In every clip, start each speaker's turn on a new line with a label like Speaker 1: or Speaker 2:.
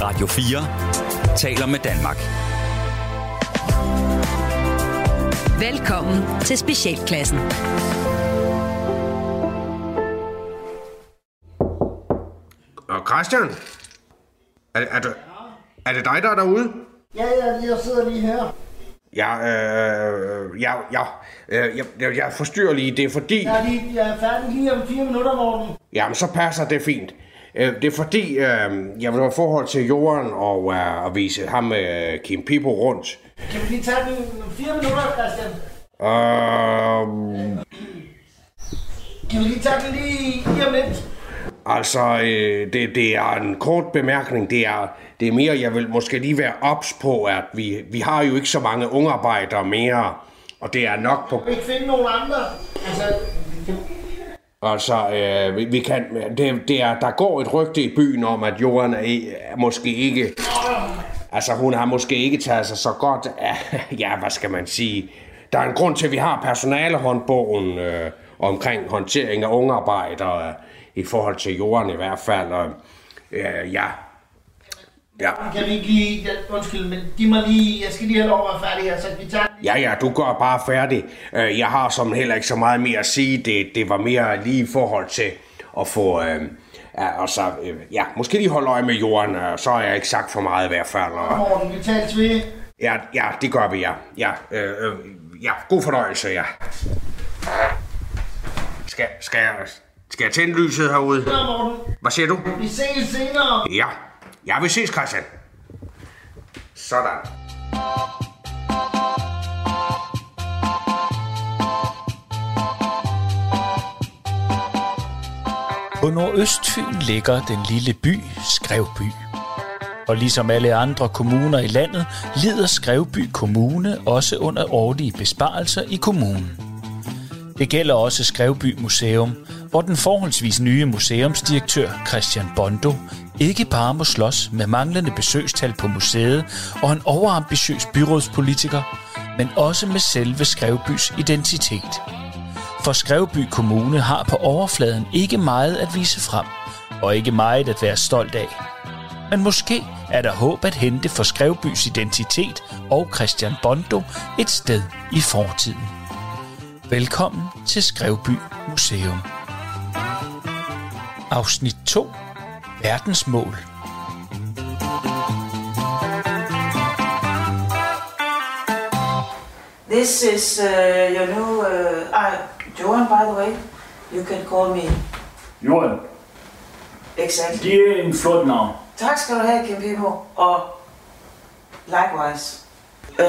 Speaker 1: Radio 4 taler med Danmark.
Speaker 2: Velkommen til Specialklassen.
Speaker 3: Og Christian, er, er, det, er det dig, der er derude?
Speaker 4: Ja, ja, jeg sidder lige her.
Speaker 3: Ja, øh, ja, ja, øh, jeg, jeg, jeg forstyrrer lige, det er fordi...
Speaker 4: Jeg er, lige, jeg er færdig lige om fire minutter, Morten.
Speaker 3: Jamen, så passer det fint. Øh, Det er fordi, øh, jeg vil have forhold til Jorden og, øh, og vise ham øh, Kim Pipo rundt.
Speaker 4: Kan vi lige tage den om fire minutter, Christian?
Speaker 3: Øh,
Speaker 4: Kan vi lige tage den lige lige om lidt?
Speaker 3: altså, øh, det, det er en kort bemærkning. Det er, det er mere, jeg vil måske lige være ops på, at vi, vi har jo ikke så mange ungarbejdere mere. Og det er nok på
Speaker 4: Kan vi ikke finde nogen andre? Altså, kan-
Speaker 3: Altså, øh, vi, vi kan, det, det er, der går et rygte i byen om, at Johan er, er måske ikke... Altså, hun har måske ikke taget sig så godt af... Ja, hvad skal man sige? Der er en grund til, at vi har personalehåndbogen øh, omkring håndtering af ungarbejdere, øh, i forhold til Johan i hvert fald. Og, øh, ja. ja.
Speaker 4: kan vi ikke lige... Ja, undskyld, men giv mig lige... Jeg skal lige have lov at være færdig her, så vi tager den lige.
Speaker 3: Ja, ja, du går bare færdig. Øh, Jeg har som heller ikke så meget mere at sige. Det, det var mere lige i forhold til at få... Øh, ja, og så, øh, ja, måske lige holde øje med jorden, øh, så har jeg ikke sagt for meget i hvert fald. Og,
Speaker 4: Morten, vi tales ved.
Speaker 3: ja, ja, det gør vi, ja. Ja, øh, øh, ja god fornøjelse, ja. Skal, skal, jeg, skal jeg tænde lyset herude?
Speaker 4: Nå, Morten.
Speaker 3: Hvad siger du?
Speaker 4: Vi ses senere.
Speaker 3: Ja, jeg vil ses, Christian. Sådan.
Speaker 5: På Nordøstfyn ligger den lille by Skrevby. Og ligesom alle andre kommuner i landet, lider Skrevby Kommune også under årlige besparelser i kommunen. Det gælder også Skrevby Museum, hvor den forholdsvis nye museumsdirektør Christian Bondo ikke bare må slås med manglende besøgstal på museet og en overambitiøs byrådspolitiker, men også med selve Skrevbys identitet. For Skrevby Kommune har på overfladen ikke meget at vise frem, og ikke meget at være stolt af. Men måske er der håb at hente for Skrevbys identitet og Christian Bondo et sted i fortiden. Velkommen til Skrevby Museum. Afsnit 2. Verdensmål.
Speaker 6: This is uh, your new uh, ah, Johan, by the way. You can call me
Speaker 7: Jorden,
Speaker 6: exactly.
Speaker 7: det er en flot navn.
Speaker 6: Tak skal du have, Kim Pibo, og likewise. Uh,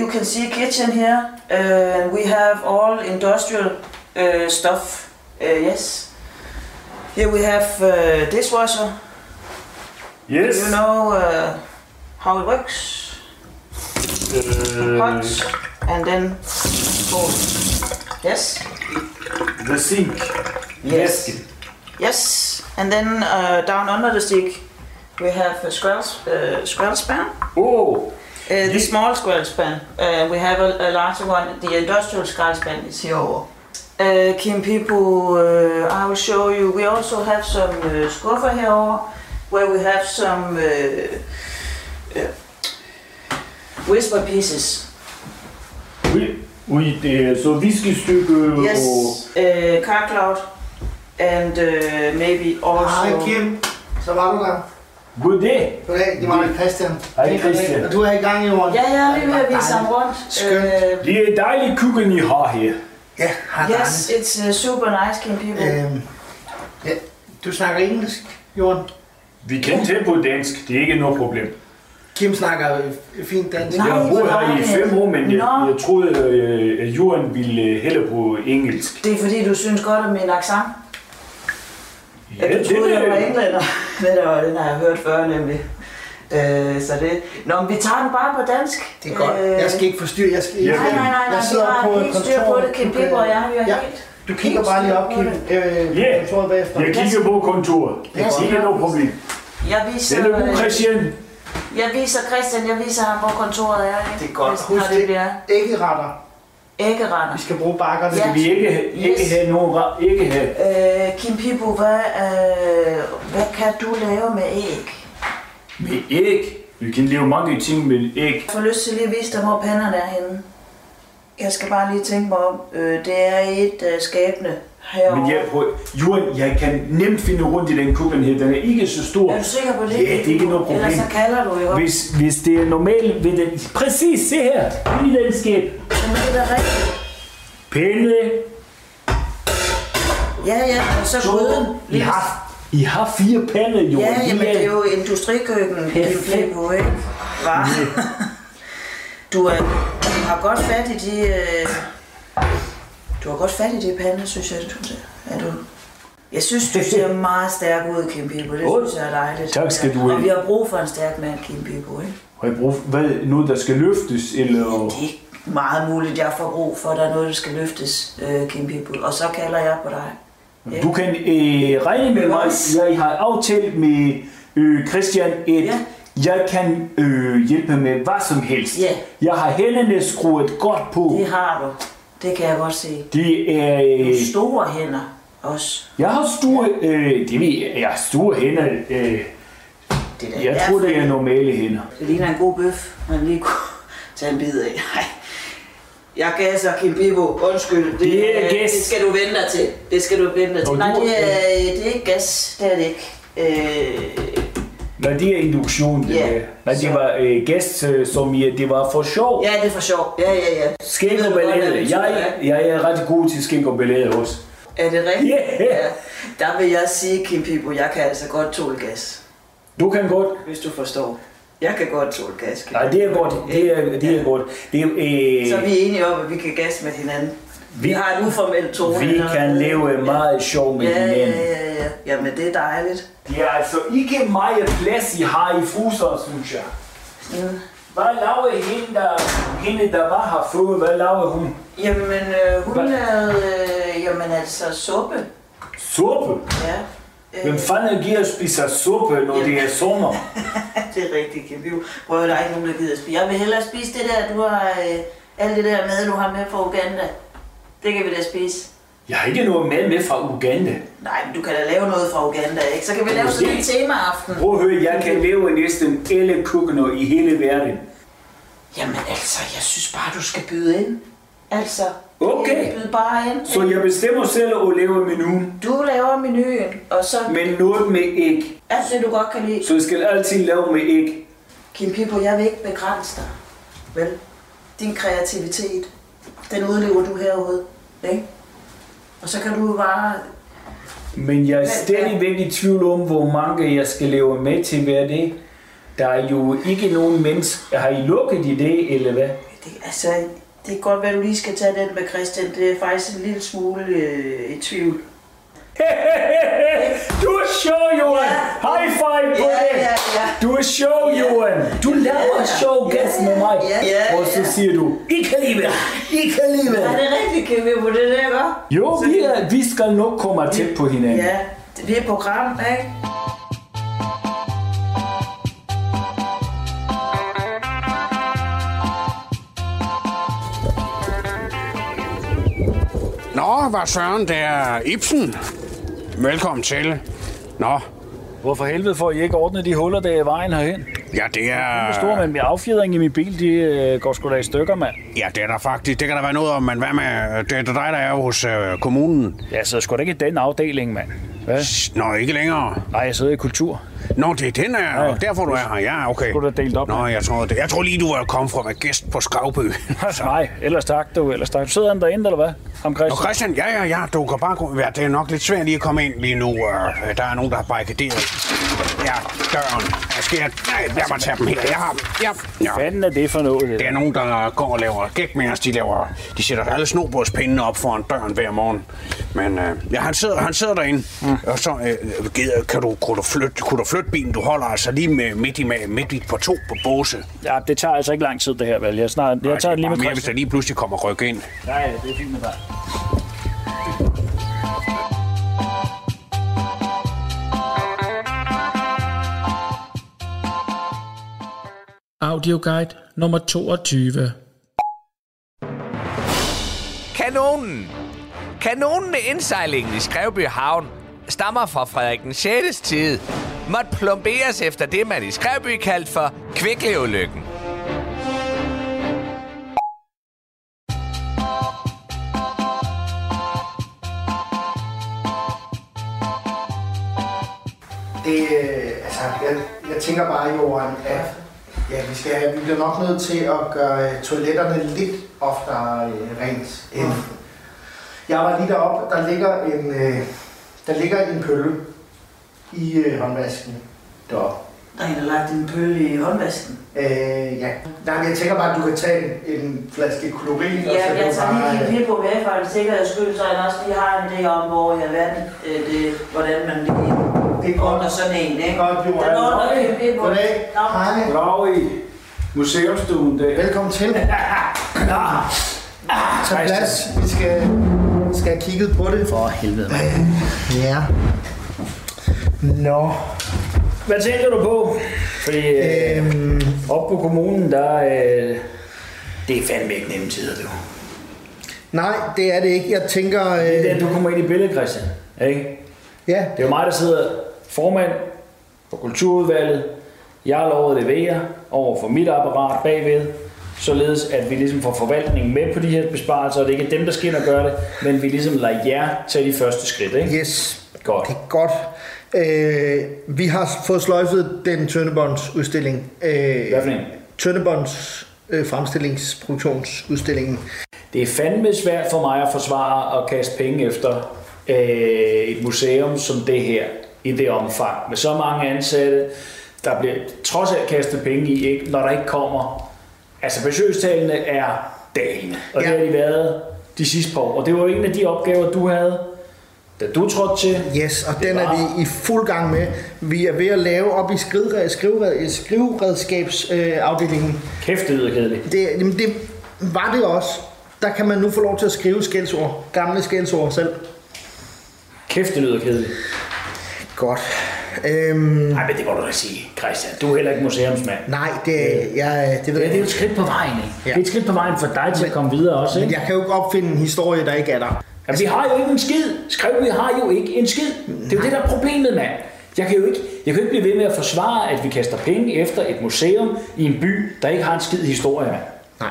Speaker 6: you can see kitchen here, uh, and we have all industrial uh, stuff. Uh, yes. Here we have uh, dishwasher.
Speaker 7: Yes.
Speaker 6: You know uh, how it works. Hot and then cold. Yes.
Speaker 7: The sink.
Speaker 6: Yes. Yes, and then uh, down under the stick, we have a squirrel, uh, squirrel span, uh,
Speaker 7: Oh,
Speaker 6: the small squirrel span. Uh, we have a, a larger one. The industrial squirrel span is here. over. Uh, Kim people, uh, I will show you. We also have some uh, skuffer herover, where we have some uh, uh, whisper pieces.
Speaker 7: oui. Oui, det er så
Speaker 4: Oh.
Speaker 7: viskestykke
Speaker 6: Yes,
Speaker 7: og...
Speaker 6: uh, car cloud, and uh, maybe also.
Speaker 4: Hej, Kim. Så var du der.
Speaker 7: Goddag.
Speaker 4: Goddag, det var mig, Christian.
Speaker 7: Hej, Christian.
Speaker 4: Og du er i gang i morgen.
Speaker 6: Ja, ja, vi er ved at vise ham rundt.
Speaker 4: Skønt.
Speaker 6: Øh,
Speaker 7: Det er dejlig køkken, I har her.
Speaker 4: Ja, har
Speaker 6: Yes, it's uh, super nice, Kim People.
Speaker 4: Øhm, ja, du snakker engelsk, Jorden.
Speaker 7: Vi kan tage på dansk, det er ikke noget problem.
Speaker 4: Kim snakker øh, fint dansk.
Speaker 6: Nej.
Speaker 7: Jeg har boet her i fem år, men jeg,
Speaker 6: Nå.
Speaker 7: jeg troede, øh, at Jorden ville hælde på engelsk.
Speaker 6: Det er fordi, du synes godt om min accent. Ja, du troede, jeg var
Speaker 7: er-
Speaker 6: englænder. Den, er, den har jeg hørt før, nemlig. Øh, så det... Nå, men vi tager den bare på dansk. Øh,
Speaker 4: Det er godt. Jeg skal ikke forstyrre. Jeg skal ikke.
Speaker 6: Nej, nej, nej, nej.
Speaker 4: Jeg sidder
Speaker 6: vi har
Speaker 4: på et
Speaker 6: helt styr på
Speaker 4: kontor.
Speaker 6: det, Kim
Speaker 4: Du
Speaker 6: People og
Speaker 4: kan-
Speaker 6: jeg. Vi er
Speaker 4: Ja.
Speaker 6: helt...
Speaker 4: Du kigger
Speaker 6: helt
Speaker 4: bare lige
Speaker 6: styr
Speaker 4: op,
Speaker 6: på
Speaker 4: Kim.
Speaker 6: det.
Speaker 4: Øh,
Speaker 7: Ja,
Speaker 4: kontoret bagefter.
Speaker 7: jeg kigger på kontoret. Det er ikke noget problem.
Speaker 6: Jeg viser,
Speaker 7: Den er god, Christian.
Speaker 6: jeg viser Christian, jeg viser ham, hvor kontoret er. Ikke?
Speaker 4: Det er godt.
Speaker 6: Hvis, når
Speaker 4: Husk
Speaker 6: det
Speaker 4: det.
Speaker 6: bliver
Speaker 4: Ikke retter.
Speaker 6: æggeretter.
Speaker 4: Vi skal bruge bakkerne.
Speaker 6: Ja.
Speaker 7: Vi ikke, ikke
Speaker 6: Yes.
Speaker 7: have nogen... ra- Ikke have...
Speaker 6: Øh, Kim Pibo, hvad, øh, hvad kan du lave med æg?
Speaker 7: Med æg. Vi kan lave mange ting med æg.
Speaker 6: Jeg får lyst til lige at vise dig, hvor panderne er henne. Jeg skal bare lige tænke mig om, øh, det er et øh, skabende herovre.
Speaker 7: Men jeg, prøv, Johan, jeg kan nemt finde rundt i den kukken her. Den er ikke så stor.
Speaker 6: Er du sikker på det?
Speaker 7: Ja, det er ikke noget problem.
Speaker 6: Ellers så kalder du jo. Hvis...
Speaker 7: Hvis, hvis det er normalt ved den... Præcis, se her. I den skab.
Speaker 6: Men det er da rigtigt.
Speaker 7: Pille.
Speaker 6: Ja, ja, og så gryden.
Speaker 7: I har, I har fire pande, Johan.
Speaker 6: Ja, jamen
Speaker 7: I
Speaker 6: det er jo industrikøkken, Kim
Speaker 7: Perfekt.
Speaker 6: Flebo, ikke? Var. Du, er, du har godt fat i de... Øh, du har godt fat i de pander, synes jeg. Du, er du, jeg synes, du ser meget stærk ud, Kim Pibo. Det
Speaker 7: Åh,
Speaker 6: synes jeg er dejligt.
Speaker 7: tak skal du have.
Speaker 6: Og vi har brug for en stærk mand, Kim Pibo, ikke?
Speaker 7: Har I brug for hvad, noget, der skal løftes? Eller...
Speaker 6: Det er ikke meget muligt, jeg får brug for, at der er noget, der skal løftes, øh, Kim Pibo. Og så kalder jeg på dig.
Speaker 7: Du kan øh, regne med mig. Jeg har aftalt med øh, Christian, at
Speaker 6: Ja.
Speaker 7: jeg kan øh, hjælpe med hvad som helst.
Speaker 6: Ja.
Speaker 7: Jeg har hænderne skruet godt på.
Speaker 6: Det har du. Det kan jeg godt se.
Speaker 7: Det er...
Speaker 6: Du
Speaker 7: Øh,
Speaker 6: har store hænder også.
Speaker 7: jeg har store... Øh, det ved jeg. Jeg har store hænder. Øh,
Speaker 6: Det er da
Speaker 7: jeg tror, det er normale hænder.
Speaker 6: Det ligner en god bøf, man lige kunne tage en bid af. Nej. Jeg gasser, Kim Bibo. Undskyld. Det,
Speaker 7: Det er
Speaker 6: øh,
Speaker 7: gas.
Speaker 6: det skal du vende dig til. Det skal du vende dig
Speaker 7: Nå,
Speaker 6: til. Nej,
Speaker 7: du-
Speaker 6: det er, det er ikke gas. Det er det ikke. Øh,
Speaker 7: Når det er induktion, det
Speaker 6: Ja.
Speaker 7: yeah. Når det var øh, gæst, øh, som I, det var for sjov.
Speaker 6: ja, det er for sjov. Ja, ja, ja.
Speaker 7: Skæg
Speaker 6: Ved
Speaker 7: og
Speaker 6: du godt, hvad det
Speaker 7: ballade.
Speaker 6: betyder,
Speaker 7: Jeg, jeg er ret god til skæg og ballade også.
Speaker 6: ja? Er det rigtigt?
Speaker 7: Yeah.
Speaker 6: Der vil jeg sige, Kim Pibo, jeg kan altså godt tåle gas.
Speaker 7: Du kan godt.
Speaker 6: Hvis du forstår. Jeg kan godt tåle gas, Kim.
Speaker 7: Nej, det er godt. Det er, det er godt. Det er,
Speaker 6: Så er
Speaker 7: øh,
Speaker 6: vi enige om, at vi kan gas med hinanden. Vi,
Speaker 7: Vi-
Speaker 6: vi har en uformel tone.
Speaker 7: vi kan leve meget sjov med
Speaker 6: Ja, ja,
Speaker 7: hinanden.
Speaker 6: ja, ja. Jamen, det er dejligt.
Speaker 7: Det er altså ikke meget plads, I har i fruser, synes jeg.
Speaker 6: Mm.
Speaker 7: Hvad laver hende, der, hende, der var her før? Hvad laver hun?
Speaker 6: Jamen, øh, hun
Speaker 7: Hvad?
Speaker 6: lavede, øh, jamen altså, suppe.
Speaker 7: Suppe?
Speaker 6: Ja, Øh,
Speaker 7: Hvem fanden giver spiser suppe, når det er sommer?
Speaker 6: det er rigtigt, Kim. Vi prøver, der er ikke nogen, der gider at spise. Jeg vil hellere spise det der, du har, øh, alt det der mad, du har med fra Uganda. Det kan vi da spise.
Speaker 7: Jeg har ikke noget mad med fra Uganda.
Speaker 6: Nej, men du kan da lave noget fra Uganda, ikke? Så kan vi lave sådan en temaaften.
Speaker 7: Prøv at høre, jeg kan leve næsten alle køkkener i hele verden.
Speaker 6: Jamen altså, jeg synes bare, du skal byde ind. Altså,
Speaker 7: Okay.
Speaker 6: byd bare ind.
Speaker 7: Så jeg bestemmer selv at lave menuen,
Speaker 6: Du laver menuen, og så
Speaker 7: men noget med æg.
Speaker 6: alt det, du godt kan lide.
Speaker 7: Så jeg skal altid lave med æg.
Speaker 6: Kim Pippo, jeg vil ikke begrænse dig. Vel? Din kreativitet, den udlever du herude. Ikke? Og så kan du bare...
Speaker 7: Men jeg er stadigvæk i tvivl om, hvor mange jeg skal leve med til hver dag. Der er jo ikke nogen mennesker. Har I lukket i det, eller hvad?
Speaker 6: Det, altså, det er godt være, du lige skal tage den med Christian. Det er faktisk en lille smule øh, i tvivl.
Speaker 7: du er sjov, Johan! High five på
Speaker 6: Ja,
Speaker 7: det!
Speaker 6: ja, ja.
Speaker 7: Du er sjov, Johan! Du laver sjov gas med mig!
Speaker 6: Ja, ja,
Speaker 7: Og så siger du, ikke alligevel! Ikke alligevel!
Speaker 6: Er det rigtigt, Kim Pippo? Det er det, ikke?
Speaker 7: Jo, vi, er, vi skal nok komme tæt på hinanden.
Speaker 6: Ja, det bliver et program, ikke?
Speaker 3: Nå, var Søren der Ibsen. Velkommen til. Nå,
Speaker 5: Hvorfor helvede får I ikke ordnet de huller, der er i vejen herhen?
Speaker 3: ja, det er...
Speaker 5: Stor, men med affjedring i min bil, de øh, går sgu da i stykker, mand.
Speaker 3: Ja, det er der faktisk. Det kan der være noget om, men hvad med... Det er dig, der er hos øh, kommunen.
Speaker 5: Jeg sidder sgu da ikke i den afdeling, mand. Hvad?
Speaker 3: Nå, ikke længere.
Speaker 5: Nej, jeg sidder i kultur.
Speaker 3: Nå, det er den her. Ja. Derfor du er her. Ja, okay.
Speaker 5: Skulle da delt op,
Speaker 3: Nå, jeg troede det. Jeg tror lige, du var kommet fra med gæst på Skravby. Så.
Speaker 5: Nej, ellers tak, du. Ellers tak. Sidder han derinde, eller hvad? Ham
Speaker 3: Nå,
Speaker 5: Christian.
Speaker 3: Christian, ja, ja, ja, du kan bare gå. Ja, det er nok lidt svært lige at komme ind lige nu. Øh, der er nogen, der har barrikaderet ja, døren. Jeg skal... Nej, lad mig tage dem her. Jeg har... Ja, ja.
Speaker 5: Fanden er det for noget, det
Speaker 3: Det er
Speaker 5: der?
Speaker 3: nogen, der går og laver gæk med os. De, laver, de sætter alle snobordspindene op foran døren hver morgen. Men øh, ja, han, sidder, han sidder derinde. Mm. Og så øh, gider, kan du, kunne, du flytte, kunne du flytte bilen? Du holder altså lige med, midt, i, med, midt i på to på båse.
Speaker 5: Ja, det tager altså ikke lang tid, det her, vel? Jeg, snart, jeg tager det lige
Speaker 3: Bare mere,
Speaker 5: med
Speaker 3: hvis der
Speaker 5: Christian.
Speaker 3: lige pludselig kommer ryk ind.
Speaker 5: Nej, det er fint med dig.
Speaker 2: Audioguide nummer 22.
Speaker 8: Kanonen. Kanonen med indsejlingen i Skrevby Havn stammer fra Frederik den 6. tid. måtte plomberes efter det, man i Skræby kaldte for kvikleulykken.
Speaker 4: Det, øh, altså, jeg, jeg tænker bare, Johan, at ja, vi, skal, have- vi bliver nok nødt til at gøre øh, toiletterne lidt oftere øh, rent. End. Jeg var lige deroppe, der ligger en, øh, der ligger en pølle i øh, håndvasken deroppe.
Speaker 6: Der er en, der har lagt en pøl i håndvasken.
Speaker 4: Øh, ja. Nej, men jeg tænker bare, at du kan tage en, en flaske klorin, og så
Speaker 6: Ja, altså,
Speaker 4: kan
Speaker 6: jeg
Speaker 4: du bare...
Speaker 6: tager lige en
Speaker 4: øh,
Speaker 6: pille på med for en sikkerheds skyld, så jeg også lige har en idé om, hvor i alverden øh, det, hvordan man lige
Speaker 4: Det er godt.
Speaker 6: ordner sådan en,
Speaker 4: Det er
Speaker 6: ikke?
Speaker 4: godt, Johan.
Speaker 6: Den ordner vi en pille på.
Speaker 4: Goddag.
Speaker 6: Nå.
Speaker 4: Hej.
Speaker 7: Brav i museumstuen der.
Speaker 4: Velkommen til.
Speaker 7: Ah.
Speaker 4: Tag plads. Vi skal, skal have kigget på det. For helvede, mand. Ja. Nå.
Speaker 7: Hvad tænker du på? Fordi øh,
Speaker 4: Øhm,
Speaker 7: op på kommunen, der øh, det er fandme ikke nemme tider, du.
Speaker 4: nej, det er det ikke. Jeg tænker...
Speaker 7: Det er
Speaker 4: Øh,
Speaker 7: der, du kommer ind i billedet, Christian. Ikke?
Speaker 4: ja.
Speaker 7: Det er jo mig, der sidder formand for kulturudvalget. Jeg har lovet at levere over for mit apparat bagved, således at vi ligesom får forvaltningen med på de her besparelser, og det er ikke dem, der skal ind og gøre det, men vi ligesom lader jer tage de første skridt, ikke?
Speaker 4: Yes.
Speaker 7: Godt.
Speaker 4: Det er godt. Øh, vi har fået sløjfet den tøndebåndsudstilling. Øh,
Speaker 7: Hvad for en?
Speaker 4: Tøndebånds øh, fremstillingsproduktionsudstillingen.
Speaker 7: Det er fandme svært for mig at forsvare at kaste penge efter øh, et museum som det her i det omfang. Med så mange ansatte, der bliver trods alt kastet penge i, ikke, når der ikke kommer. Altså besøgstallene er dalende, og ja.
Speaker 4: Ja.
Speaker 7: det har de været de sidste par år. Og det var jo en af de opgaver, du havde, da du trådte til.
Speaker 4: Yes, og
Speaker 7: Det
Speaker 4: den er
Speaker 7: var-
Speaker 4: vi i fuld gang med. Vi er ved at lave op i skrivered, skrivered, skriveredskabsafdelingen.
Speaker 7: Kæft, det lyder kedeligt.
Speaker 4: Det, jamen det var det også. Der kan man nu få lov til at skrive skældsord. Gamle skældsord selv.
Speaker 7: Kæft, det lyder kedeligt.
Speaker 4: Godt. Øhm,
Speaker 7: Nej, men det må du da sige, Christian. Du er heller ikke museumsmand.
Speaker 4: nej, det, jeg, det ved jeg
Speaker 7: Ja, det er jo
Speaker 4: ikke.
Speaker 7: et skridt på vejen, ikke?
Speaker 4: Mm. Ja.
Speaker 7: Det er et skridt på vejen for dig til at komme videre også, ikke?
Speaker 4: Men jeg kan jo ikke opfinde en historie, der ikke er der.
Speaker 7: Jamen, vi har jo ikke en skid. Skrev, vi har jo ikke en skid. Det er jo det, der er problemet, mand. Jeg kan, jo ikke, jeg kan jo ikke blive ved med at forsvare, at vi kaster penge efter et museum i en by, der ikke har en skid historie, mand.
Speaker 4: Nej.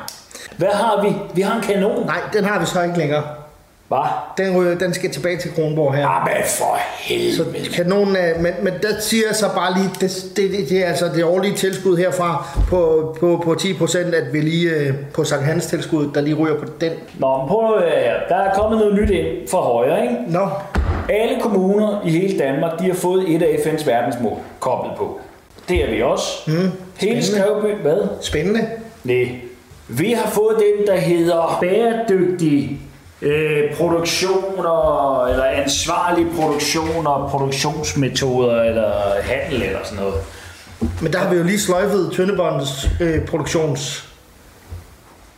Speaker 7: Hvad har vi? Vi har en kanon.
Speaker 4: Nej, den har vi så ikke længere.
Speaker 7: Hvad?
Speaker 4: Den, ryger- den skal tilbage til Kronborg her.
Speaker 7: Ah, men for helvede.
Speaker 4: Så kanonen er, men, men der siger jeg så bare lige, det, det, det, det er altså det årlige tilskud herfra på, på, på 10%, at vi lige øh, på Sankt Hans tilskud, der lige ryger på den.
Speaker 7: Nå, men prøv at høre her. Der er kommet noget nyt ind fra højre, ikke?
Speaker 4: Nå,
Speaker 7: Alle kommuner i hele Danmark, de har fået et af FN's verdensmål koblet på. Det er vi også. Mm. Hele Skrevby, hvad?
Speaker 4: spændende.
Speaker 7: Nej. Vi har fået den, der hedder bæredygtig øh, produktioner, eller ansvarlig produktion og produktionsmetoder, eller handel, eller sådan noget.
Speaker 4: Men der har vi jo lige sløjfet Tøndebåndens øh, produktions...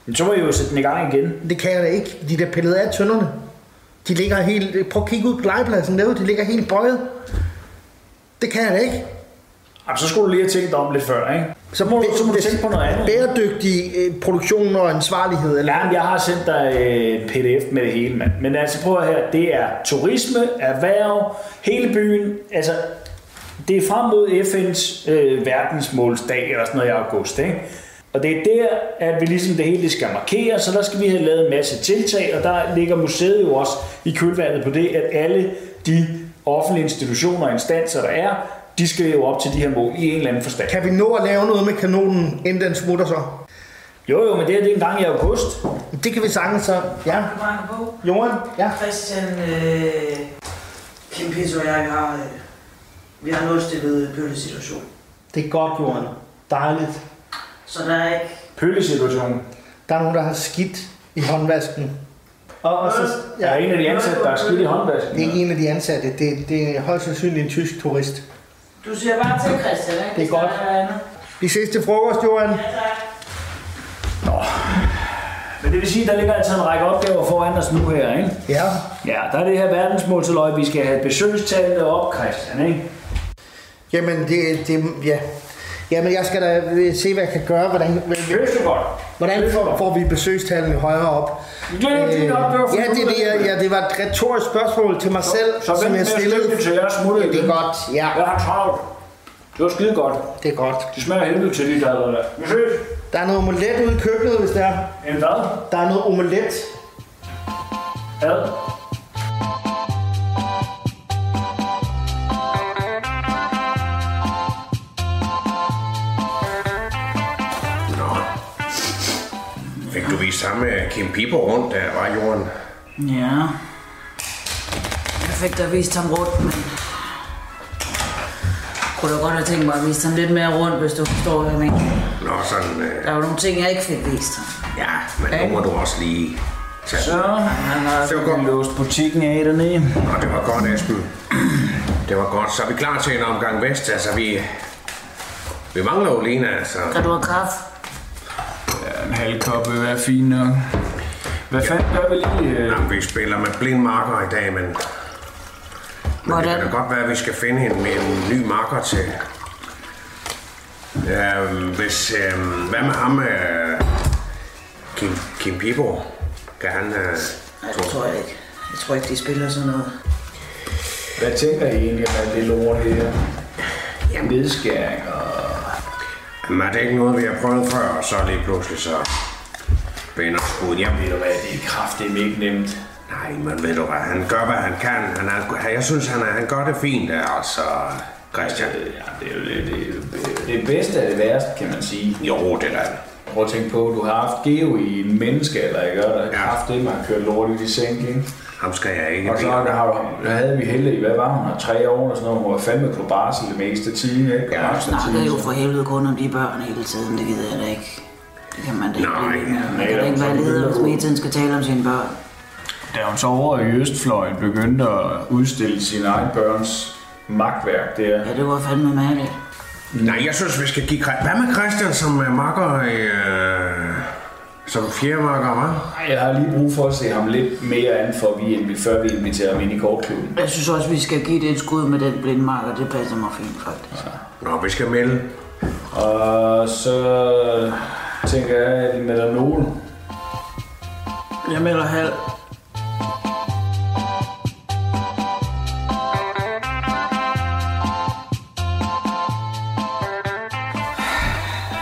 Speaker 7: Men så må I jo sætte den i gang igen.
Speaker 4: Det kan jeg da ikke. De der pillet af tønderne. De ligger helt... Prøv at kigge ud på legepladsen derude. De ligger helt bøjet. Det kan jeg da ikke.
Speaker 7: Jamen, så skulle du lige have tænkt dig om lidt før, ikke? Så må, du, så må du tænke på noget andet.
Speaker 4: Bæredygtig øh, produktion og ansvarlighed. Eller?
Speaker 7: Jamen, jeg har sendt dig øh, pdf med det hele, mand. Men altså, prøv at høre her. Det er turisme, erhverv, hele byen. Altså, det er frem mod FN's øh, verdensmålsdag eller sådan noget i august, ikke? Og det er der, at vi ligesom det hele skal markere, så der skal vi have lavet en masse tiltag, og der ligger museet jo også i kølvandet på det, at alle de offentlige institutioner og instanser, der er, de skal jo op til de her mål i en eller anden forstand.
Speaker 4: Kan vi nå at lave noget med kanonen, inden den smutter så?
Speaker 7: Jo, jo, men det her det er en gang i august.
Speaker 4: Det kan vi sagtens så. Ja.
Speaker 6: Du brænder på.
Speaker 4: Johan? Ja.
Speaker 6: Christian, øh, Kim Pizzo og jeg, vi har, øh, vi har en udstillet pøllesituation.
Speaker 4: Det er godt, Johan. Dejligt.
Speaker 6: Så der er ikke...
Speaker 7: Pøllesituationen.
Speaker 4: Der er nogen, der har skidt i håndvasken. Og, og så,
Speaker 7: Ja. Er
Speaker 4: ja,
Speaker 7: en af de ansatte, der er skidt i håndvasken?
Speaker 4: det er ikke en af de ansatte. Det, det er højst sandsynligt en tysk turist.
Speaker 6: Du siger bare til Christian, ikke?
Speaker 4: Det er godt.
Speaker 6: Hvis der noget andet.
Speaker 4: Vi ses til frokost, Johan.
Speaker 6: Ja, tak.
Speaker 7: Men det vil sige, at der ligger altså en række opgaver foran os nu her, ikke?
Speaker 4: Ja.
Speaker 7: Ja, der er det her verdensmålsløg, vi skal have besøgstallene op, Christian, ikke?
Speaker 4: Jamen, det, det, ja. Jamen, jeg skal da øh, se, hvad jeg kan gøre. Hvordan,
Speaker 7: Løs det godt.
Speaker 4: hvordan får, får vi besøgstallene højere op?
Speaker 7: Det er jo din opgave. for
Speaker 4: Øh, ja, det, det, er- ja, det var et retorisk spørgsmål til mig selv,
Speaker 7: Så
Speaker 4: som
Speaker 7: vent med
Speaker 4: jeg
Speaker 7: at stille
Speaker 4: stillede.
Speaker 7: det til jeg smutter
Speaker 4: Det er godt, ja.
Speaker 7: Jeg har travlt. Det var skide godt.
Speaker 4: Det er godt.
Speaker 7: Det smager helvede til de der. der, der. Vi ses.
Speaker 4: Der er noget omelet ude i køkkenet, hvis der er.
Speaker 7: En hvad?
Speaker 4: Der er noget omelet.
Speaker 7: Ad.
Speaker 3: Fik du vist ham med Kim Piper rundt, der var jorden?
Speaker 6: Ja. Jeg fik da vist ham rundt, men... Kunne da godt have tænkt mig at vise ham lidt mere rundt, hvis du forstår, hvad jeg mener.
Speaker 3: Nå, sådan... Øh,
Speaker 6: Der er jo nogle ting, jeg ikke fik vist ham.
Speaker 3: ja, men nu må du også lige tage...
Speaker 7: Så. Han har
Speaker 3: Det var godt.
Speaker 7: låst butikken af dernede.
Speaker 3: Nå, det var godt, Esben. Det var godt. Så er vi klar til en omgang vest. Altså, vi... Vi mangler jo Lena, altså.
Speaker 6: Kan du have kaffe?
Speaker 7: Ja, en halv kop vil være fint nok. Hvad fanden gør vi lige? øh?
Speaker 3: Jamen, vi spiller med blind marker i dag, men... Men det
Speaker 6: Hvordan?
Speaker 3: kan da godt være, at vi skal finde en, en ny marker til. Øh, hvis... Øh, hvad med ham? Øh, Kim, Kim Pibo? Kan han... Øh,
Speaker 6: Nej, det tror jeg ikke. Jeg tror ikke, de spiller sådan noget.
Speaker 7: Hvad tænker I egentlig om alt det lort her? Jamen, nedskæring og...
Speaker 3: Men er det ikke noget, vi har prøvet før, og så lige pludselig så binder skud hjem?
Speaker 7: Ved du hvad, det er kraftigt ikke nemt.
Speaker 3: Nej, men ved du hvad, han gør, hvad han kan. Han er, jeg synes, han, er, han gør det fint, altså, Christian.
Speaker 7: Øh, Ja, det er jo det, det, det bedste af det værste, kan man sige.
Speaker 3: Jo, det er det.
Speaker 7: Prøv at tænke på, at du har haft Geo i en menneske, eller ikke? Og der er
Speaker 3: Ja.
Speaker 7: kraftigt, man har kørt lort i de sænk, ikke?
Speaker 3: Ham skal jeg ikke
Speaker 7: Og så
Speaker 3: bede.
Speaker 7: har du, der havde vi Helle i, hvad var hun, og tre år eller sådan noget, hun var fandme på barsel det meste af tiden, ikke? Og
Speaker 3: Ja.
Speaker 7: resten af
Speaker 6: snakker
Speaker 7: tiden,
Speaker 6: jo
Speaker 7: så-
Speaker 6: for helvede kun om de børn hele tiden, det gider jeg da ikke. Det kan man da ikke.
Speaker 3: Nej,
Speaker 6: blive ved med.
Speaker 3: nej,
Speaker 6: man kan da
Speaker 7: nej,
Speaker 6: ikke
Speaker 7: så
Speaker 6: være
Speaker 7: er det
Speaker 6: leder,
Speaker 7: vildt.
Speaker 6: hvis man hele tiden skal tale om sine børn.
Speaker 7: Da hun så over i Østfløjen begyndte at udstille sine egne børns magtværk der.
Speaker 6: Ja, det var fandme mærkeligt.
Speaker 3: Nej, jeg synes, vi skal give... Chri- Hvad med Christian som uh, makker i... Øh, som fjerde makker, hva'?
Speaker 7: Ej, Jeg har lige brug for at se ham lidt mere an, for vi, invi- før vi inviterer ham ind i kortklubben.
Speaker 6: Jeg synes også, vi skal give det et skud med den blindmarker. Det passer mig fint, faktisk.
Speaker 3: Nå, vi skal melde.
Speaker 7: Og så tænker jeg, at vi melder nogen.
Speaker 6: Jeg melder halv.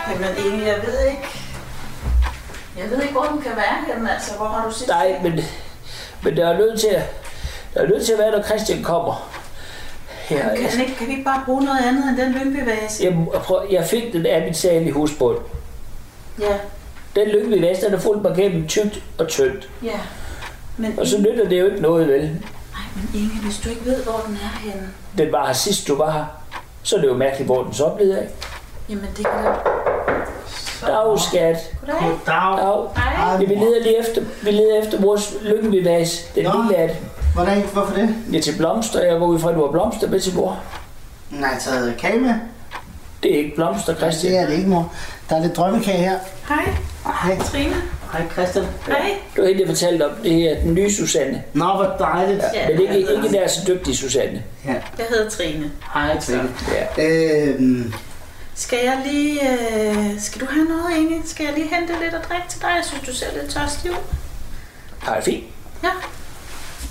Speaker 6: Jamen egentlig, jeg ved ikke. Jeg ved ikke, hvor den kan være henne, altså. Hvor har du sidst?
Speaker 5: Nej, men, men der er nødt til at, der er nødt til at være, når Christian kommer. Ja,
Speaker 6: Kan, den ikke, kan vi ikke bare bruge noget andet end den lyngbevægelse?
Speaker 5: jeg, jeg, prøv, jeg fik den af min sal i husbund.
Speaker 6: Ja,
Speaker 5: Den lykkelig vest, den har fulgt mig gennem tykt og tyndt.
Speaker 6: ja. Men,
Speaker 5: Og så
Speaker 6: Inge,
Speaker 5: nytter det jo ikke noget, vel?
Speaker 6: nej, men Inge, hvis du ikke ved, hvor den er henne,
Speaker 5: Den var her sidst, du var her. Så er det jo mærkeligt, hvor den så blev af.
Speaker 6: jamen det kan jeg...
Speaker 5: Dag, skat.
Speaker 6: Goddag.
Speaker 4: Dag.
Speaker 5: Dag.
Speaker 6: Hej.
Speaker 5: Ja, vi leder lige efter, vi leder efter vores lykkelig vas. Den
Speaker 4: Nå.
Speaker 5: lille af den.
Speaker 4: Hvordan? Hvorfor det?
Speaker 5: Ja, til blomster. Jeg går ud fra, at du har blomster med til mor.
Speaker 4: Den har taget kage med.
Speaker 5: Det er ikke blomster,
Speaker 4: Det
Speaker 5: Christian.
Speaker 4: er det ikke, mor. Der er lidt drømmekage her.
Speaker 6: Hej,
Speaker 4: Hej.
Speaker 6: Trine.
Speaker 4: Hej, Christian.
Speaker 6: Hej.
Speaker 5: Du har helt fortalt om, det her den nye Susanne.
Speaker 4: Nå, hvor dejligt.
Speaker 6: Ja,
Speaker 5: Men ikke,
Speaker 6: jeg hedder-
Speaker 5: ikke nær så dygtig, Susanne.
Speaker 6: Jeg hedder Trine.
Speaker 4: Hej, Trine.
Speaker 5: Ja.
Speaker 4: Øhm,
Speaker 6: Skal jeg lige... Øh, skal du have noget, Inge? Skal jeg lige hente lidt at drikke til dig? Jeg synes, du ser lidt tørstig ud.
Speaker 5: Har det fint.
Speaker 6: Ja.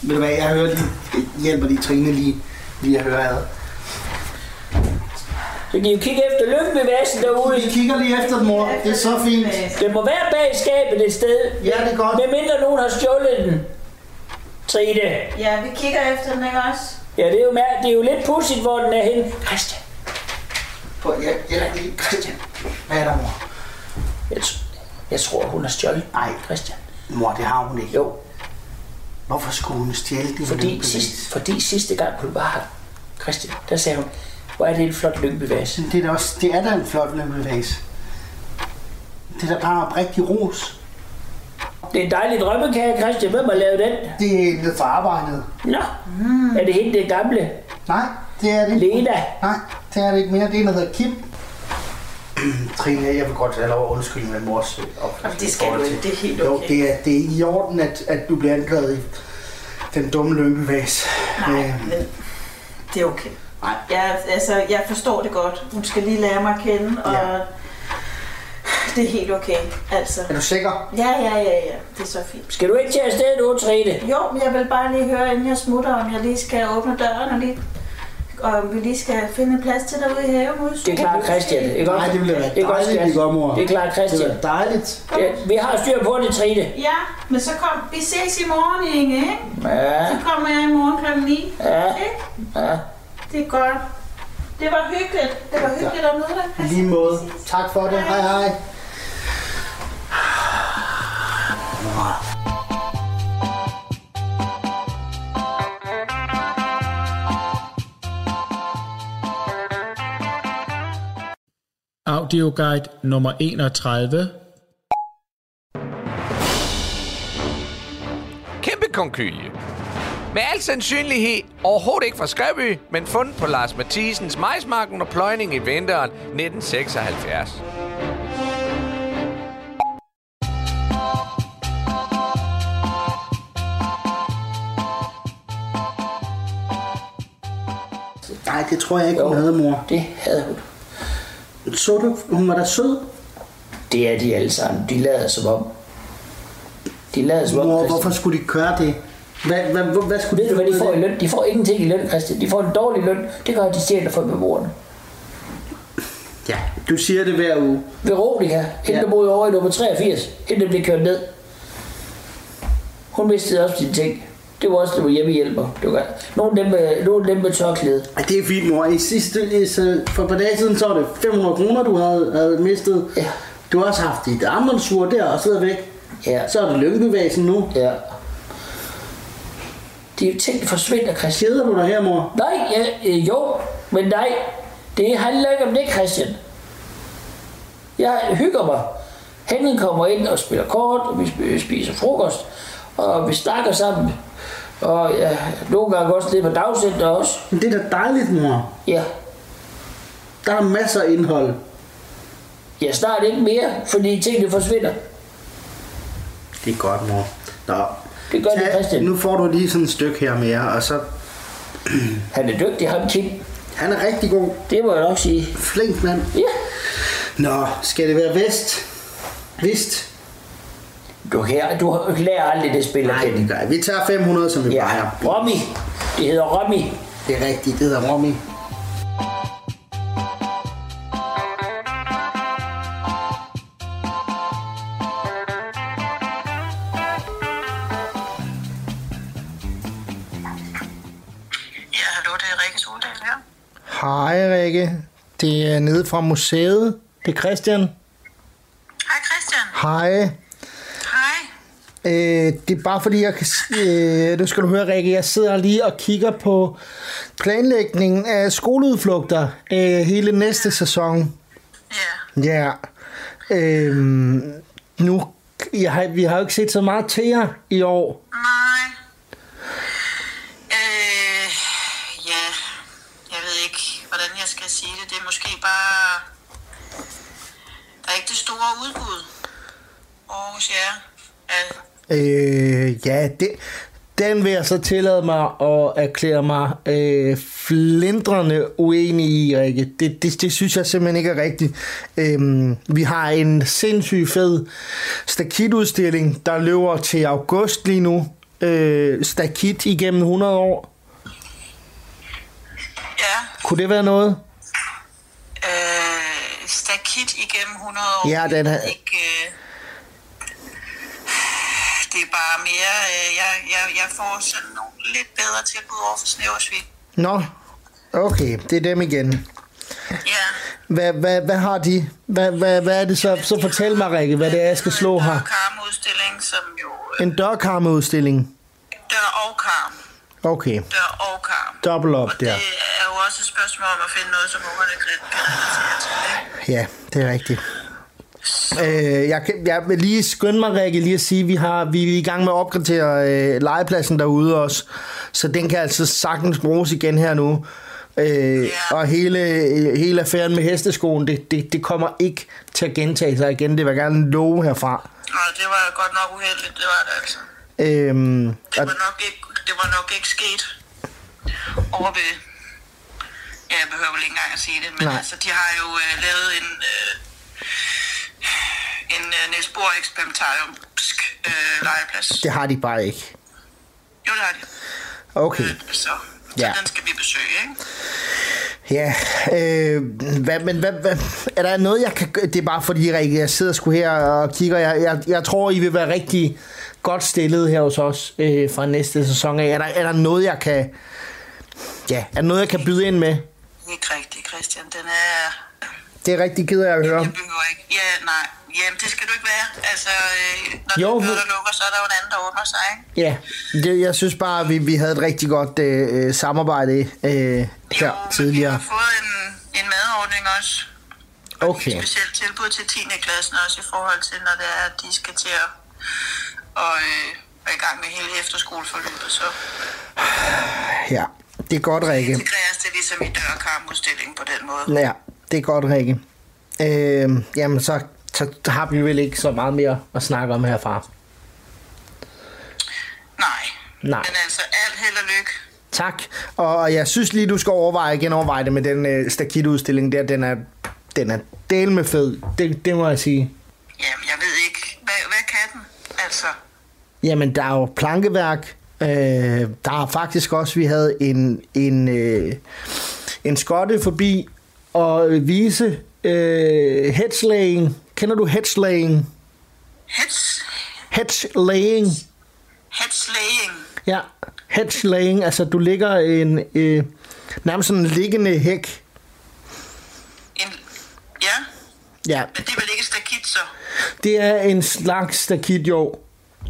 Speaker 4: ved du hvad, jeg hører lige, hjælper lige Trine lige, lige at høre ad.
Speaker 5: Så kan I jo kigge efter lykkebevægelsen derude.
Speaker 4: Vi kigger lige efter den, mor. Det er så fint.
Speaker 6: øh,
Speaker 5: Den må være bag skabet et sted.
Speaker 4: Ja, det er godt.
Speaker 5: Hvem mindre nogen har stjålet den. Trine.
Speaker 6: Ja, vi kigger efter den, ikke også?
Speaker 5: Ja, det er jo, mær- det er jo lidt pudsigt, hvor den er henne. Christian.
Speaker 4: Prøv, jeg, jeg, lige, Christian. Hvad er der, mor?
Speaker 5: Jeg, tr- jeg tror, hun har stjålet. den,
Speaker 4: Nej.
Speaker 5: Christian.
Speaker 4: Mor, det har hun ikke.
Speaker 5: Jo,
Speaker 4: Hvorfor skulle hun stjæle din
Speaker 5: fordi,
Speaker 4: lykkebevis?
Speaker 5: sidst, fordi sidste gang hun var her, Christian, der sagde hun, hvor er det en flot lykkebevægelse.
Speaker 4: Det er, da også, det er da en flot lykkebevis. Det er da bare oprigtig ros.
Speaker 5: Det er en dejlig drømmekage, Christian. Hvem har lavet den?
Speaker 4: Det er ned fra arbejdet.
Speaker 5: Nå, mm. er det hende, den gamle?
Speaker 4: Nej, det er det ikke.
Speaker 5: Lena.
Speaker 4: Nej, det er det ikke mere. Det er en, der hedder Kim. Trine, jeg vil godt have lov at undskylde med mors øh, opførsel.
Speaker 6: Jamen, det skal
Speaker 4: i forhold
Speaker 6: du
Speaker 4: til-
Speaker 6: ikke. Det er helt
Speaker 4: Jo,
Speaker 6: okay.
Speaker 4: det er, det er ikke i orden, at, at du bliver anklaget i den dumme lykkebevæs. Øh,
Speaker 6: men det er okay.
Speaker 4: Nej.
Speaker 6: Jeg, altså, jeg forstår det godt. Hun skal lige lære mig at kende, og
Speaker 4: Ja.
Speaker 6: det er helt okay. Altså.
Speaker 4: er du sikker?
Speaker 6: Ja, ja, ja, ja. Det er så fint.
Speaker 5: Skal du ikke tage afsted nu, Trine?
Speaker 6: Jo, men jeg vil bare lige høre, inden jeg smutter, om jeg lige skal åbne døren og lige
Speaker 8: og vi lige skal finde plads til derude i haven. ude i
Speaker 6: Det
Speaker 8: stuen.
Speaker 6: er klart, Christian. Ikke
Speaker 4: Nej,
Speaker 6: også?
Speaker 4: det ville da være
Speaker 6: Ikke også,
Speaker 4: dejligt, vi
Speaker 6: Jas?
Speaker 4: går, mor.
Speaker 6: Det er klart,
Speaker 4: Det
Speaker 6: Christian.
Speaker 4: var dejligt.
Speaker 6: Ja, vi har styr på det, Trine.
Speaker 8: Ja, men så kom, vi ses i morgen, Inge, ikke?
Speaker 6: Ja,
Speaker 8: Så kommer jeg i morgen kl. 9, ikke?
Speaker 6: ja, ja.
Speaker 8: Det er godt. Det var hyggeligt. Det var hyggeligt at møde dig.
Speaker 4: I lige måde. Tak for det. Hej hej.
Speaker 9: Audioguide nummer 31.
Speaker 5: Kæmpe konkylie. Med al sandsynlighed overhovedet ikke fra Skræby, men fundet på Lars Mathisens majsmarken og pløjning i vinteren 1976.
Speaker 4: Nej, det tror jeg ikke, hun
Speaker 6: Jo.
Speaker 4: havde, mor.
Speaker 6: Det havde hun.
Speaker 4: Så du, hun var da sød.
Speaker 6: Det er de alle sammen. De lader som om. De lader som om,
Speaker 4: Mor,
Speaker 6: Christian.
Speaker 4: hvorfor skulle de gøre det? Hvad, hvad, hvad, hvad skulle
Speaker 6: Ved du, hvad
Speaker 4: gøre
Speaker 6: de får i
Speaker 4: det?
Speaker 6: løn? De får ingenting i løn, Christian. De får en dårlig løn. Det gør, at de stjæler fra beboerne.
Speaker 4: Ja, du siger det hver uge.
Speaker 6: Veronica, hende
Speaker 4: Ja.
Speaker 6: der boede over i nummer 83, hende der blev kørt ned. Hun mistede også sine ting. Det var også, der var hjemmehjælper. Det var godt. nogle af dem med, nogle af dem med tørklæde.
Speaker 4: Ej, det er fint, mor. I sidste, i, så- for et par dage siden, så var det 500 kroner, du havde, havde mistet.
Speaker 6: Ja.
Speaker 4: Du har også haft dit armbåndsur der og sidder væk.
Speaker 6: Ja.
Speaker 4: Så er det lykkebevægelsen nu.
Speaker 6: Ja. De ting forsvinder, Christian.
Speaker 4: Keder du dig her, mor?
Speaker 6: Nej, ja, øh, jo, men nej. Det handler ikke om det, Christian. Jeg hygger mig. Henning kommer ind og spiller kort, og vi sp- øh, spiser frokost, og vi snakker sammen. Og ja, nogle gange også lidt på dagcenter også.
Speaker 4: Men det er da dejligt, mor.
Speaker 6: Ja,
Speaker 4: Der er masser af indhold.
Speaker 6: ja snart ikke mere, fordi tingene forsvinder.
Speaker 4: Det er godt, mor. Nå.
Speaker 6: Det gør det, Christian.
Speaker 4: Nu får du lige sådan et stykke her mere, og så...
Speaker 6: Han er dygtig, ham Kim.
Speaker 4: Han er rigtig god.
Speaker 6: Det må jeg nok sige.
Speaker 4: Flink mand.
Speaker 6: Ja.
Speaker 4: Nå, skal det være vest? Vist.
Speaker 6: Du, her, du lærer aldrig det spil at
Speaker 4: Nej,
Speaker 6: kende.
Speaker 4: det gør jeg. Vi tager 500, som vi
Speaker 6: Ja,
Speaker 4: plejer.
Speaker 6: Romy. Det hedder Romy.
Speaker 4: Det er rigtigt. Det hedder Romy.
Speaker 10: Ja, hallo, det er Rikke Soldal her.
Speaker 4: Hej, Rikke. Det er nede fra museet. Det er Christian.
Speaker 10: Hej Christian.
Speaker 4: Hej.
Speaker 10: Hej.
Speaker 4: Øh, det er bare fordi, jeg kan... s- Øh, nu skal du høre, Rikke, jeg sidder lige og kigger på planlægningen af skoleudflugter øh, hele næste sæson.
Speaker 10: Ja,
Speaker 4: Ja. Øh, nu, jeg har, vi har jo ikke set så meget til jer i år.
Speaker 10: nej. Øh, ja, jeg ved ikke, hvordan jeg skal sige det. Det er måske bare... Der er ikke det store udbud Aarhus, ja. ja.
Speaker 4: Øh, ja, det, den vil jeg så tillade mig at erklære mig øh, flindrende uenig i, Rikke. Det, det, det synes jeg simpelthen ikke er rigtigt. Øhm, vi har en sindssygt fed stakitudstilling, der løber til august lige nu. Øh, stakit igennem 100 år.
Speaker 10: Ja,
Speaker 4: Kunne det være noget?
Speaker 10: øh, stakit igennem 100 år.
Speaker 4: Ja, den er-
Speaker 10: Jeg ved Ikke, øh, det er bare mere... Øh, jeg, jeg, jeg får sådan nogle lidt bedre tilbud over for Snæversvig.
Speaker 4: Nå, okay, det er dem igen.
Speaker 10: Ja.
Speaker 4: Hvad, hvad, hvad har de? Hvad, hvad, hvad er det så? Så fortæl mig, Rikke, hvad det er, jeg skal slå her.
Speaker 10: En karmudstilling, som jo... øh,
Speaker 4: En dørkarmeudstilling.
Speaker 10: Dør og karm.
Speaker 4: Okay,
Speaker 10: Dør og karm.
Speaker 4: dobbelt op der.
Speaker 10: Det er jo også et spørgsmål om at finde noget, som ungerne kan kan relatere til. ikke?
Speaker 4: Ja, det er rigtigt. Øh, jeg, kan, jeg vil lige skynde mig, Rikke, lige at sige, at vi, har, vi er i gang med at opgradere øh, legepladsen derude også, så den kan altså sagtens bruges igen her nu. Øh,
Speaker 10: Ja.
Speaker 4: og hele, øh, hele affæren med hesteskoen, det, det, det kommer ikke til at gentage sig igen, det vil jeg gerne love herfra.
Speaker 10: Nå, det var godt nok uheldigt, det var det altså.
Speaker 4: Øh,
Speaker 10: Det
Speaker 4: og,
Speaker 10: var nok ikke, det var nok ikke sket over ved... Ja, jeg behøver vel ikke engang at sige det, men
Speaker 4: Nej.
Speaker 10: Nej. altså, de har jo øh, lavet en... Øh, en øh, Niels Bohr eksperimentariumsk øh, legeplads.
Speaker 4: det har de bare ikke.
Speaker 10: Jo, det har de.
Speaker 4: Okay.
Speaker 10: Så
Speaker 6: Øh, Så
Speaker 4: Ja.
Speaker 6: den skal vi besøge, ikke?
Speaker 4: Ja, øh, hvad, men hvad, hvad, er der noget, jeg kan gøre? Det er bare fordi, Rikke, jeg sidder sgu her og kigger. Jeg, jeg, jeg tror, I vil være rigtig godt stillet her hos os øh, fra næste sæson af. Er der, er der noget, jeg kan... Ja, er der noget, jeg kan byde ind med?
Speaker 6: Ikke rigtigt, Christian. Den er...
Speaker 4: Det er rigtig ked af at høre.
Speaker 6: Jeg behøver ikke... Ja, nej. Jamen, det skal du ikke være. Altså, øh, når
Speaker 4: Jo,
Speaker 6: jo,
Speaker 4: men-
Speaker 6: noget, der lukker, så er der jo en anden, der åbner sig, ikke?
Speaker 4: Ja, det, jeg synes bare, vi, vi havde et rigtig godt øh, øh, samarbejde øh, her tidligere.
Speaker 6: Jeg har fået en, en madordning også.
Speaker 4: Okay.
Speaker 6: Specielt tilbud til 10. klassen også i forhold til, når det er, at de skal til at og, øh, være i gang med hele efterskoleforløbet, så
Speaker 4: Ja, det er godt, Rikke.
Speaker 6: integreres det ligesom i dørkarmudstillingen på den måde.
Speaker 4: Ja, det er godt, Rikke. Øh, jamen, så, så har vi vel ikke så meget mere at snakke om herfra.
Speaker 6: Nej.
Speaker 4: Nej.
Speaker 6: Men altså, alt held og lykke.
Speaker 4: Tak. Og jeg synes lige, du skal overveje igen overveje det med den øh, stakit-udstilling der. Den er, den er del med fed. Det, det må jeg sige.
Speaker 6: Jamen, jeg ved ikke, hvad, hvad kan den? Altså,
Speaker 4: Jamen, der er jo plankeværk. Øh, der er faktisk også, vi havde en, en, øh, en skotte forbi og vise øh, headslaying. Kender du headslaying?
Speaker 6: heads,
Speaker 4: Headslaying.
Speaker 6: headslaying.
Speaker 4: Ja, headslaying. Altså, du ligger en, øh, nærmest sådan en liggende hæk.
Speaker 6: En, ja,
Speaker 4: Ja,
Speaker 6: men det er vel ikke stakit, så?
Speaker 4: Det er en slags stakit, jo.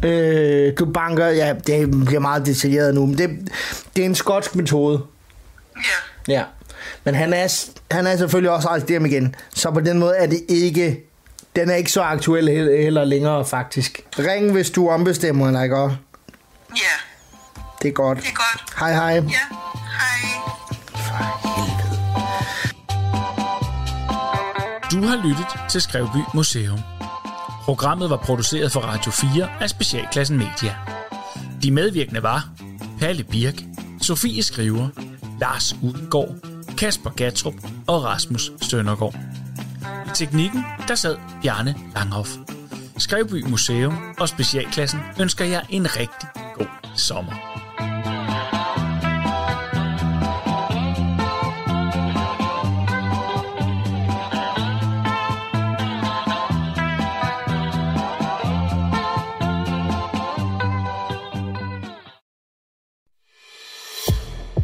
Speaker 4: Øh, du banker, ja, det bliver meget detaljeret nu, men det, det er en skotsk metode.
Speaker 6: Ja.
Speaker 4: Ja. Men han er, han er selvfølgelig også rejst hjem igen, så på den måde er det ikke, den er ikke så aktuel he- heller længere, faktisk. Ring, hvis du ombestemmer, eller ikke? også?
Speaker 6: Ja,
Speaker 4: Det er godt.
Speaker 6: det er godt.
Speaker 4: Hej, hej.
Speaker 6: Ja, hej.
Speaker 5: Du har lyttet til Skrevby Museum. Programmet var produceret for Radio 4 af Specialklassen Media. De medvirkende var Palle Birk, Sofie Skriver, Lars Udgaard, Kasper Gatrup og Rasmus Søndergaard. I teknikken der sad Bjarne Langhoff. Skrevby Museum og Specialklassen ønsker jer en rigtig god sommer.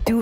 Speaker 11: Du